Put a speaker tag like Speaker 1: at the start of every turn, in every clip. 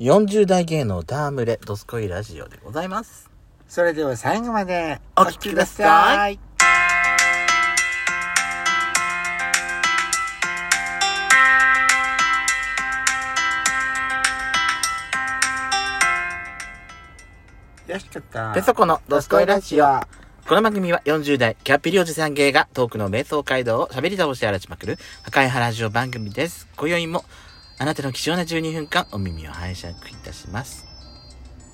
Speaker 1: 40代芸能ダームレドスコイラジオでございます。
Speaker 2: それでは最後まで
Speaker 1: お聞きくださ
Speaker 2: い。よしちょっと。
Speaker 1: ペソコのドスコイラジオ。
Speaker 2: は
Speaker 1: この番組は40代キャッピリおじさん芸がトークの瞑想街道を喋り倒して荒らしまくる破壊派ラジオ番組です。今宵もあなたの貴重な12分間お耳を拝借いたします。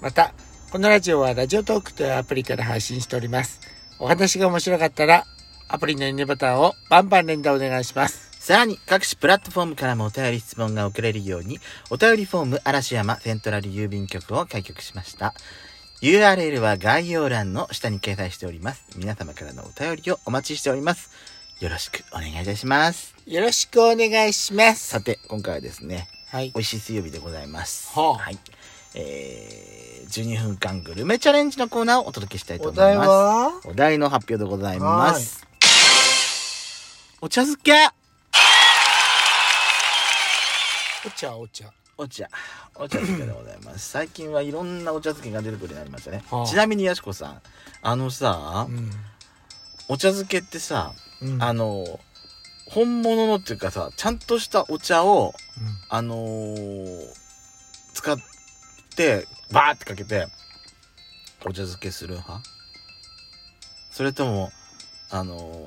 Speaker 2: また、このラジオはラジオトークというアプリから配信しております。お話が面白かったら、アプリのいいねボタンをバンバン連打お願いします。
Speaker 1: さらに各種プラットフォームからもお便り質問が送れるようにお便りフォーム嵐山セントラル郵便局を開局しました URL は概要欄の下に掲載しております皆様からのお便りをお待ちしておりますよろしくお願いいたします
Speaker 2: よろしくお願いします。
Speaker 1: さて今回はですね
Speaker 2: はい
Speaker 1: 美。味しい水曜日でございます
Speaker 2: はあ
Speaker 1: いえー、12分間グルメチャレンジのコーナーをお届けしたいと
Speaker 2: お
Speaker 1: 思い
Speaker 2: 題
Speaker 1: ま
Speaker 2: は
Speaker 1: すお題の発表でございますお茶漬け
Speaker 2: お茶、お茶。
Speaker 1: お茶お茶漬けでございます最近はいろんなお茶漬けが出てくるようになりましたね、
Speaker 2: はあ
Speaker 1: ちなみにやしこさんあのさ、
Speaker 2: うん。
Speaker 1: お茶漬けってさ、
Speaker 2: うん
Speaker 1: あの本物のっていうかさちゃんとしたお茶をあのー使ってバーってかけてお茶漬けする派それともあのー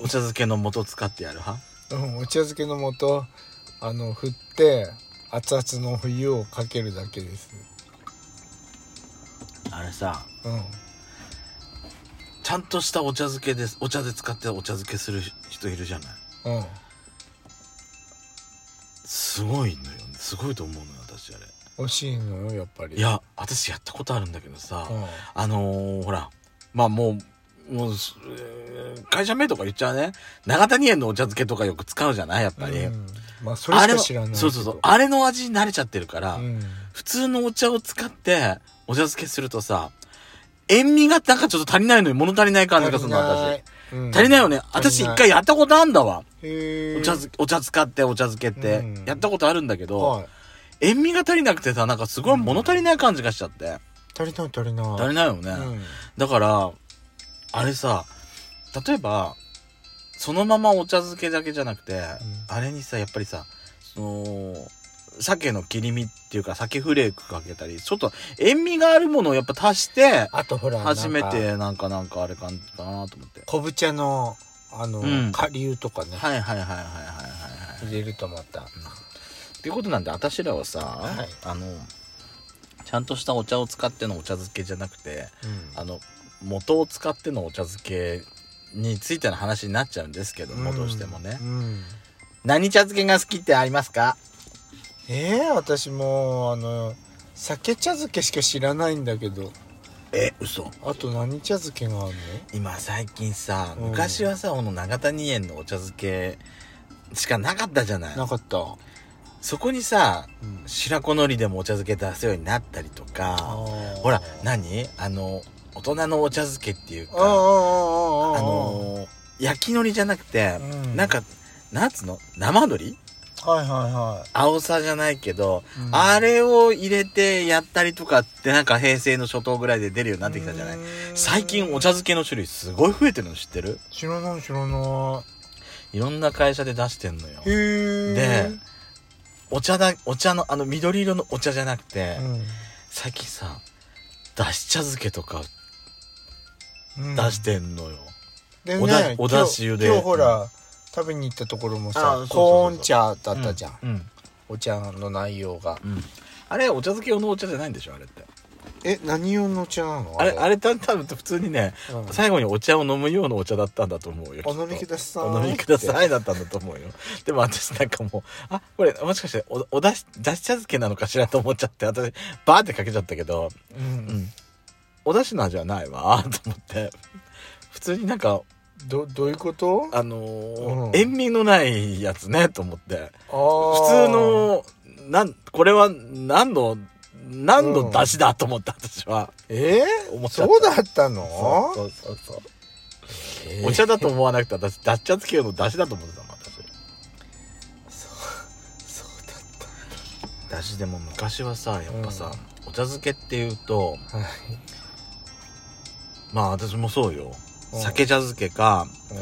Speaker 1: お茶漬けの素使ってやる派
Speaker 3: うん、お茶漬けの素あの振って熱々の冬をかけるだけです
Speaker 1: あれさ
Speaker 3: うん
Speaker 1: ちゃんとしたお茶漬けですお茶で使ってお茶漬けする人いるじゃない
Speaker 3: うん
Speaker 1: すごいのよすごいと思うのよ私あれ
Speaker 3: 美味しいのよやっぱり
Speaker 1: いや私やったことあるんだけどさ、
Speaker 3: うん
Speaker 1: あのー、ほらまあもうもう、すえー会社名とか言っちゃうね長谷園のお茶漬けとかよく使うじゃないやっぱり、
Speaker 3: うんまあそれ
Speaker 1: あれ
Speaker 3: しか
Speaker 1: の
Speaker 3: 知らないけど
Speaker 1: そうそうそうあれの味に慣れちゃってるから、
Speaker 3: うん
Speaker 1: 普通のお茶を使ってお茶漬けするとさ塩味がなんかちょっと足りないのに物足りない感じがするの私
Speaker 3: 足りない,うん、
Speaker 1: 足りないよね私
Speaker 3: 足りな
Speaker 1: 一
Speaker 3: い
Speaker 1: 回やったことあんだわ
Speaker 3: へー
Speaker 1: お茶漬けお茶使ってお茶漬けって、
Speaker 3: うん
Speaker 1: やったことあるんだけど、
Speaker 3: はい
Speaker 1: 塩味が足りなくてさなんかすごい物足りない感じがしちゃって、
Speaker 3: 足りない足りない
Speaker 1: 足りないよね、
Speaker 3: うん
Speaker 1: だからあれさ例えばそのままお茶漬けだけじゃなくて、あれにさやっぱりさその鮭の切り身っていうか鮭フレークかけたりちょっと塩味があるものをやっぱ足して
Speaker 3: あとほら
Speaker 1: 初め
Speaker 3: なんか
Speaker 1: てなんかなんかあれ感じかなと思って
Speaker 3: 昆布茶のあの、
Speaker 1: うん
Speaker 3: 顆粒とかね
Speaker 1: はいはいはいはいはいはいはい
Speaker 3: 入れるとまた
Speaker 1: っていうことなんで私らはさ、
Speaker 3: はい
Speaker 1: あのちゃんとしたお茶を使ってのお茶漬けじゃなくて
Speaker 3: うん
Speaker 1: あの元を使ってのお茶漬けについての話になっちゃうんですけども、どうしてもね、
Speaker 3: うん
Speaker 1: 何茶漬けが好きってありますか
Speaker 3: えー、私もうあの酒茶漬けしか知らないんだけど
Speaker 1: え嘘
Speaker 3: あと何茶漬けがある
Speaker 1: 今最近さ
Speaker 3: うん
Speaker 1: 昔はさ、この永谷園のお茶漬けしかなかったじゃない
Speaker 3: のなかった、
Speaker 1: そこにさ
Speaker 3: うん、
Speaker 1: 白子のりでもお茶漬け出すようになったりとかほ
Speaker 3: ほ
Speaker 1: ら何あの大人のお茶漬けっていう
Speaker 3: あああ
Speaker 1: か
Speaker 3: あああ
Speaker 1: あのー焼き海苔じゃなくて、
Speaker 3: うん
Speaker 1: なんかなんつうの生海苔
Speaker 3: はいはいは
Speaker 1: 青さじゃないけど、
Speaker 3: い、うん
Speaker 1: あれを入れてやったりとかってなんか平成の初頭ぐらいで出るようになってきたじゃないう
Speaker 3: ーん
Speaker 1: 最近お茶漬けの種類すごい増えてるの知ってる
Speaker 3: 知らない知らない
Speaker 1: ろんな会社で出してんのよ
Speaker 3: いへ
Speaker 1: で
Speaker 3: え
Speaker 1: お茶だお茶のあの緑色のお茶じゃなくて、
Speaker 3: う
Speaker 1: 最近さだし茶漬けとか
Speaker 3: んうん
Speaker 1: 出してんのよ、
Speaker 3: で
Speaker 1: おだ
Speaker 3: ね
Speaker 1: おだし湯で
Speaker 3: 今日今日ほら食べに行ったところも
Speaker 1: あそうそう
Speaker 3: さ
Speaker 1: そう
Speaker 3: コーン茶だったじゃん、
Speaker 1: うん、うん
Speaker 3: お茶の内容が
Speaker 1: うんあれお茶漬け用のお茶じゃないんでしょあれって
Speaker 3: え何用のお茶なの
Speaker 1: あれあれ
Speaker 3: れ、
Speaker 1: た多分普通にね
Speaker 3: うん
Speaker 1: 最後にお茶を飲むようなお茶だったんだと思うよ
Speaker 3: お飲み
Speaker 1: きっ
Speaker 3: く
Speaker 1: と
Speaker 3: ださい
Speaker 1: お飲みくださ
Speaker 3: い
Speaker 1: いだったんだと思うよでも私なんかもうあこれもしかしておおだしだし茶漬けなのかしらと思っちゃって私バーってかけちゃったけど
Speaker 3: うん
Speaker 1: おだしの味はないわ と思って普通になんか
Speaker 3: どどういうこと
Speaker 1: あのー
Speaker 3: うん
Speaker 1: 塩味のないやつねと思って
Speaker 3: あー
Speaker 1: 普通のなんこれは何の何のだしだと思った私は、
Speaker 3: え
Speaker 1: 思っちゃった
Speaker 3: そうだったの
Speaker 1: そうそうそうそうお茶だと思わなくて私だし茶漬け用のだしだと思ってたもん私
Speaker 3: そうだっ
Speaker 1: 私でも昔はさやっぱさ、お茶漬けっていうと
Speaker 3: はい
Speaker 1: まあ私もそうよ
Speaker 3: うん
Speaker 1: 酒茶漬けか
Speaker 3: うん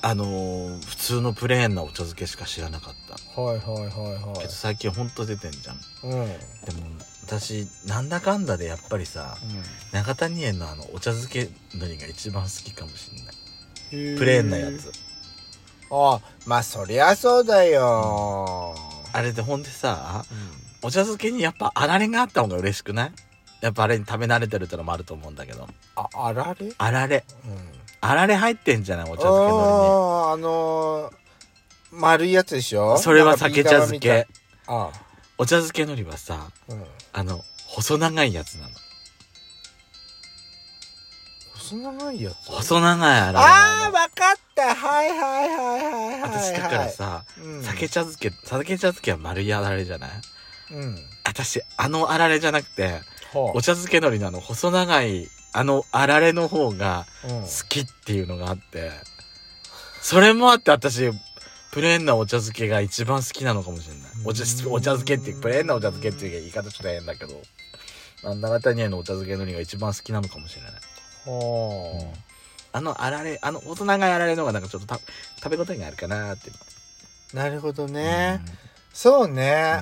Speaker 1: あのー普通のプレーンなお茶漬けしか知らなかった、
Speaker 3: はいはいはいは
Speaker 1: けど
Speaker 3: い
Speaker 1: 最近ほんと出てんじゃん
Speaker 3: うんうん
Speaker 1: でも私なんだかんだでやっぱりさ長谷園のあのお茶漬けのりが一番好きかもしんないプレーンなやつ
Speaker 3: あまあそりゃそうだよ、
Speaker 1: あれでほんでさ
Speaker 3: う
Speaker 1: お茶漬けにやっぱあられがあった方が嬉しくないやっぱあれに食べ慣れてるってのもあると思うんだけど
Speaker 3: ん、ああられ、うん、
Speaker 1: あられあられ入ってんじゃないお茶漬けの
Speaker 3: あーあのー、丸いやつでし
Speaker 1: り
Speaker 3: ょ
Speaker 1: にそれは酒茶漬
Speaker 3: なん
Speaker 1: け
Speaker 3: かビー玉み
Speaker 1: お茶漬けのりはさ
Speaker 3: たいああ、うん、
Speaker 1: あの細長いやつなの
Speaker 3: 細長いやつ
Speaker 1: 細長いあられ
Speaker 3: あ
Speaker 1: な
Speaker 3: ー
Speaker 1: の
Speaker 3: わかったはいはいはいはいはいはい
Speaker 1: 私だから、さ
Speaker 3: うん、
Speaker 1: 酒茶漬け酒茶漬けは丸いあられじゃない
Speaker 3: うん
Speaker 1: 私あのあられじゃなくて
Speaker 3: は
Speaker 1: お茶漬けのりのあの細長いあのあられの方が
Speaker 3: あうん
Speaker 1: 好きっていうのがあってそれもあって私プレーンなお茶漬けが一番好きなのかもしれないお茶
Speaker 3: うん
Speaker 1: お茶漬けっていうプレーンなお茶漬けっていう言い方ちょっと変だけど長谷園のお茶漬けのりが一番好きなのかもしれない
Speaker 3: は
Speaker 1: あのあられあの大人があられの方がなんかちょっとた食べ応えがあるかなーって
Speaker 3: あなるほどね、
Speaker 1: う
Speaker 3: そうんね、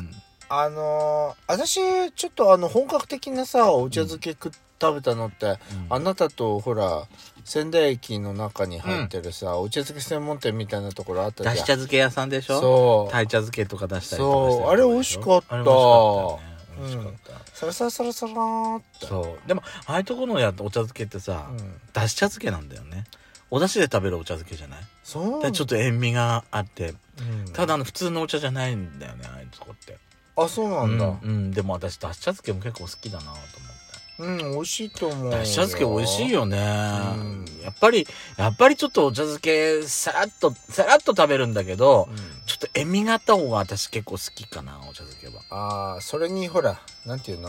Speaker 3: あのー、私ちょっとあの本格的なさお茶漬け食っ食べたのって
Speaker 1: うん
Speaker 3: あなたとほら仙台駅の中に入ってるさ、お茶漬け専門店みたいなところあったじゃ
Speaker 1: だ
Speaker 3: ん
Speaker 1: し茶漬け屋さんでしょ
Speaker 3: そう
Speaker 1: 鯛茶漬けとか出したりとかして
Speaker 3: そうあれ美味しかった
Speaker 1: あれ美味しかったよね美味しかった、
Speaker 3: サラサラサラサラーって
Speaker 1: そうでもああいうとこのやお茶漬けってさ、
Speaker 3: うん
Speaker 1: だし茶漬けなんだよねお出汁で食べるお茶漬けじゃない、
Speaker 3: そう
Speaker 1: でちょっと塩味があって
Speaker 3: うん
Speaker 1: ただあの普通のお茶じゃないんだよねああいうとこって
Speaker 3: あそうなんだ
Speaker 1: うん、うんでも私だし茶漬けも結構好きだなと思って
Speaker 3: うん、美味しいと思う
Speaker 1: だし茶漬け美味しいよね、
Speaker 3: ん
Speaker 1: やっぱりやっぱりちょっとお茶漬けさらっとさらっと食べるんだけど、
Speaker 3: うん
Speaker 1: ちょっと塩味があった方が私結構好きかなお茶漬けは
Speaker 3: あーそれにほらなんていうの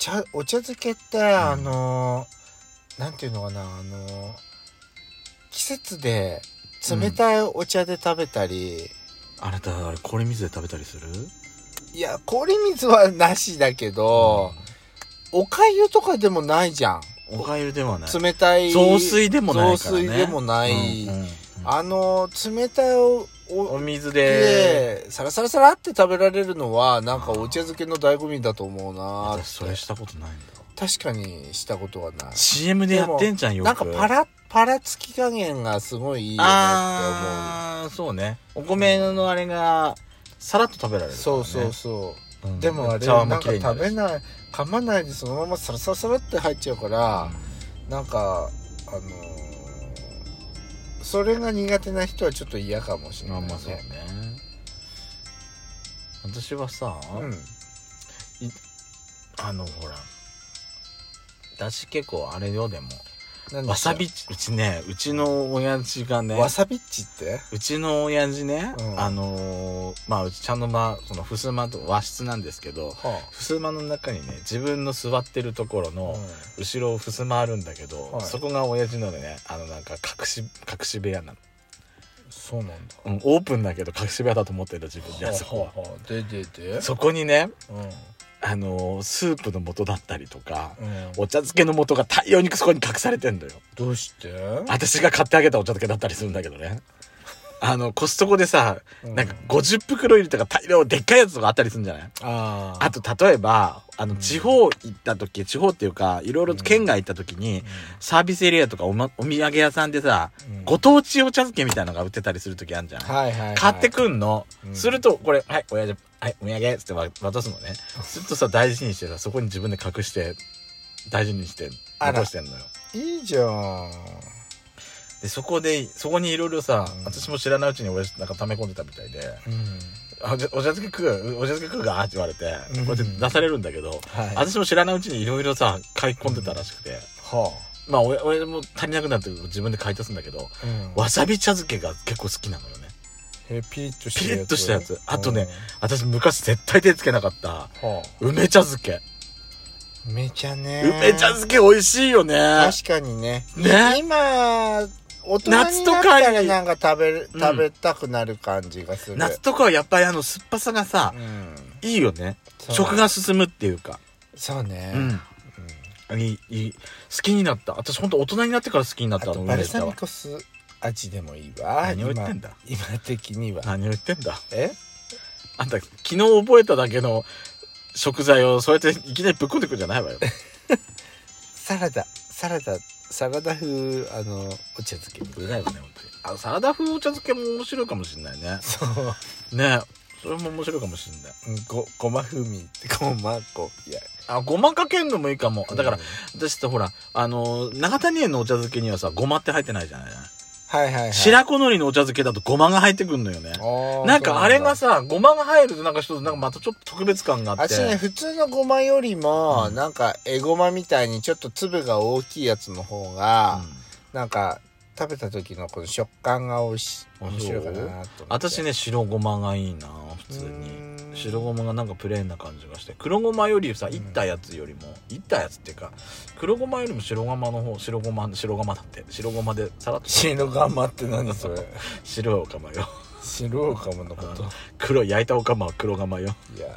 Speaker 3: 茶お茶漬けって、あのーなんていうのかなあのー季節で冷たいお茶で食べたり、
Speaker 1: あなたあれ氷水で食べたりする
Speaker 3: いや氷水はなしだけど、おかゆとかでもないじゃん
Speaker 1: おかゆではない
Speaker 3: 冷たい
Speaker 1: 雑炊でもないからね
Speaker 3: 雑炊でもない、
Speaker 1: うんうんうん
Speaker 3: あのー冷たいおお
Speaker 1: お水で
Speaker 3: でサラサラサラって食べられるのはなんかお茶漬けの醍醐味だと思うなーって
Speaker 1: 私それしたことないんだ
Speaker 3: 確かにしたことがない
Speaker 1: CM でやってんじゃんよく
Speaker 3: なんかパラパラつき加減がすごいいいよねっ
Speaker 1: ああそうねお米のあれがさらっと食べられ
Speaker 3: て
Speaker 1: るから
Speaker 3: 思う、
Speaker 1: ね
Speaker 3: そうそうそ
Speaker 1: うん、
Speaker 3: うでもあれ
Speaker 1: 茶
Speaker 3: な
Speaker 1: 碗
Speaker 3: ん
Speaker 1: も
Speaker 3: か
Speaker 1: 綺麗になる
Speaker 3: 食べ
Speaker 1: し
Speaker 3: ない噛まないでそのままサラサラサラって入っちゃうから、なんかあのーそれが苦手な人はちょっと嫌かもし
Speaker 1: う
Speaker 3: れ
Speaker 1: ん
Speaker 3: な
Speaker 1: ま
Speaker 3: い
Speaker 1: あま
Speaker 3: ね、
Speaker 1: あそうね私はさ、
Speaker 3: うん
Speaker 1: あのほらだし結構あれよでも
Speaker 3: 何で
Speaker 1: わ
Speaker 3: した
Speaker 1: さびっちうちねうちの親父がね
Speaker 3: わさびっちって
Speaker 1: うちの親父ね、
Speaker 3: うん
Speaker 1: あのーまあうち茶の間その襖と和室なんですけど
Speaker 3: は
Speaker 1: 襖の中にね自分の座ってるところ
Speaker 3: あ、
Speaker 1: の後ろ襖あるんだけど、
Speaker 3: はい
Speaker 1: そこが親父のねあのなんか隠し隠し部屋なの、
Speaker 3: そうなんだ
Speaker 1: うん、オープンだけど隠し部屋だと思ってる自分であそこ
Speaker 3: は
Speaker 1: は
Speaker 3: あはあででで
Speaker 1: そこにね
Speaker 3: うん
Speaker 1: あのースープの素だったりとか、
Speaker 3: うん
Speaker 1: お茶漬けの素が大量にそこに隠されてんだよ
Speaker 3: どうして
Speaker 1: 私が買ってあげたお茶漬けだったりするんだけどねあのコストコでさなんか50袋入りとか大量でっかいやつとかあったりするんじゃない
Speaker 3: あー
Speaker 1: あと例えばあの
Speaker 3: うん
Speaker 1: 地方行った時、地方っていうかいろいろ県外行った時に、サービスエリアとかお,、ま、お土産屋さんでさ
Speaker 3: うん
Speaker 1: ご当地お茶漬けみたいなのが売ってたりする時あるじゃん、
Speaker 3: はいはいはい、
Speaker 1: 買ってくんの、
Speaker 3: うん
Speaker 1: するとこれ「はい親父はいお土産」っつってわ渡すのねずっとさ大事にしてさそこに自分で隠して大事にして
Speaker 3: あら
Speaker 1: 残してんのよ
Speaker 3: いいじゃん
Speaker 1: でそこでそこにいろいろさ、
Speaker 3: うん
Speaker 1: 私も知らないうちに親父なんか溜め込んでたみたいで
Speaker 3: うん
Speaker 1: あお茶お茶漬け食うお茶漬け食うかって言われて、
Speaker 3: うん
Speaker 1: こうやって出されるんだけど、
Speaker 3: はいは
Speaker 1: 私も知らないうちにいろいろさ買い込んでたらしくて、まあ親親も足りなくなって自分で買い足すんだけど
Speaker 3: あ、うん
Speaker 1: わさび茶漬けが結構好きなのよね
Speaker 3: えピリッとし
Speaker 1: ピ
Speaker 3: た
Speaker 1: リ
Speaker 3: やつ
Speaker 1: ッとしたやつあとね、私昔絶対手つけなかった
Speaker 3: うんはあ
Speaker 1: 梅茶漬け
Speaker 3: 梅茶ね
Speaker 1: 梅茶漬け美味しいよね
Speaker 3: 確かにね
Speaker 1: ね
Speaker 3: 今大人にな
Speaker 1: 夏と
Speaker 3: っ
Speaker 1: かに
Speaker 3: たらなんか食べる
Speaker 1: うん
Speaker 3: 食べたくなる感じがする、
Speaker 1: 夏とかはやっぱりあの酸っぱさがさ
Speaker 3: うん
Speaker 1: いいよね
Speaker 3: そう
Speaker 1: 食が進むっていうか
Speaker 3: そうね、
Speaker 1: うんいいいい好きになった私本当大人になってから好きにな
Speaker 3: あ
Speaker 1: った
Speaker 3: と
Speaker 1: の
Speaker 3: バル
Speaker 1: た
Speaker 3: サミコ酢味でもいいわ
Speaker 1: 何を言ってんだ
Speaker 3: 今今的には
Speaker 1: 何を言ってんだ
Speaker 3: え
Speaker 1: あんた昨日覚えただけの食材をそうやっていきなりぶっ込んでくんじゃないわよ
Speaker 3: サラダサラダサラダ風あのお茶漬け
Speaker 1: うざいわね本当にあのサラダ風お茶漬けも面白いかもしんないね
Speaker 3: そう
Speaker 1: ねそれも面白いかもしんない
Speaker 3: うんごごま風味ごまこいや
Speaker 1: あごまかけんのもいいかもだから
Speaker 3: うん
Speaker 1: 私ってほらあの長谷園のお茶漬けにはさごまって入ってないじゃない
Speaker 3: はいはいはい
Speaker 1: 白子のりのお茶漬けだとごまが入ってくんのよね
Speaker 3: おー
Speaker 1: なんかあれが
Speaker 3: そ
Speaker 1: さごまが入るとなんか一つなんかまたちょっと特別感が
Speaker 3: う
Speaker 1: あ
Speaker 3: な
Speaker 1: っ
Speaker 3: ん
Speaker 1: て
Speaker 3: だあっちね普通のごまよりも、
Speaker 1: うん
Speaker 3: なんかえごまみたいにちょっと粒が大きいやつの方が、なんか食べた時のこの食感がおいし
Speaker 1: あそう
Speaker 3: 面白いかなと思って
Speaker 1: 私ね白ごまがいいな普通に白ごまがなんかプレーンな感じがして黒ごまよりさいったやつよりもいったやつっていうか黒ごまよりも白ごまの方白ごま白ごまだって白ごまでさ らっと
Speaker 3: 白がまって何それ
Speaker 1: 白いおかまよ
Speaker 3: 白かまのこと
Speaker 1: 黒い焼いたおかまは黒がまよ
Speaker 3: いやね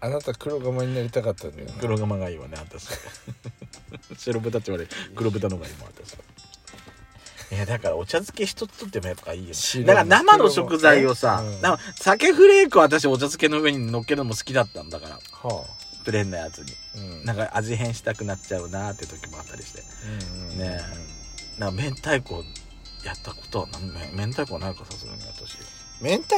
Speaker 3: あなた黒がまになりたかったんだよね
Speaker 1: 黒がまがいいわね私 白豚って言われる黒豚の方がいいもん私いやだからお茶漬け一つとってもやっぱいいよね
Speaker 3: 白
Speaker 1: だから生の食材をさ、
Speaker 3: うん
Speaker 1: なんか酒フレークは私お茶漬けの上に乗っけるのも好きだったんだから
Speaker 3: は
Speaker 1: プレーンなやつに
Speaker 3: あうん
Speaker 1: なんか味変したくなっちゃうなーって時もあったりして
Speaker 3: うんうん
Speaker 1: ねなんか明太子やったことはなん明太子はないかさすがに私
Speaker 3: 明 太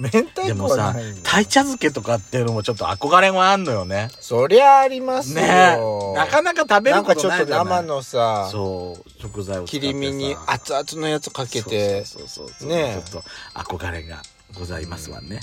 Speaker 3: 明太
Speaker 1: で
Speaker 3: 子
Speaker 1: も
Speaker 3: は
Speaker 1: さ
Speaker 3: ないんだよ
Speaker 1: 鯛茶漬けとかっていうのもちょっと憧れがあんのよね
Speaker 3: そりゃありますよ
Speaker 1: ねえなかなか食べ
Speaker 3: な
Speaker 1: る
Speaker 3: ん
Speaker 1: こ
Speaker 3: かち
Speaker 1: と
Speaker 3: ょっ
Speaker 1: ない
Speaker 3: と
Speaker 1: じゃない
Speaker 3: 生のさ
Speaker 1: そう食材を使っ
Speaker 3: 切
Speaker 1: てさ
Speaker 3: り身に熱々のやつかけて
Speaker 1: そうそうそうそう
Speaker 3: ねえ
Speaker 1: ちょっと憧れがございますわね、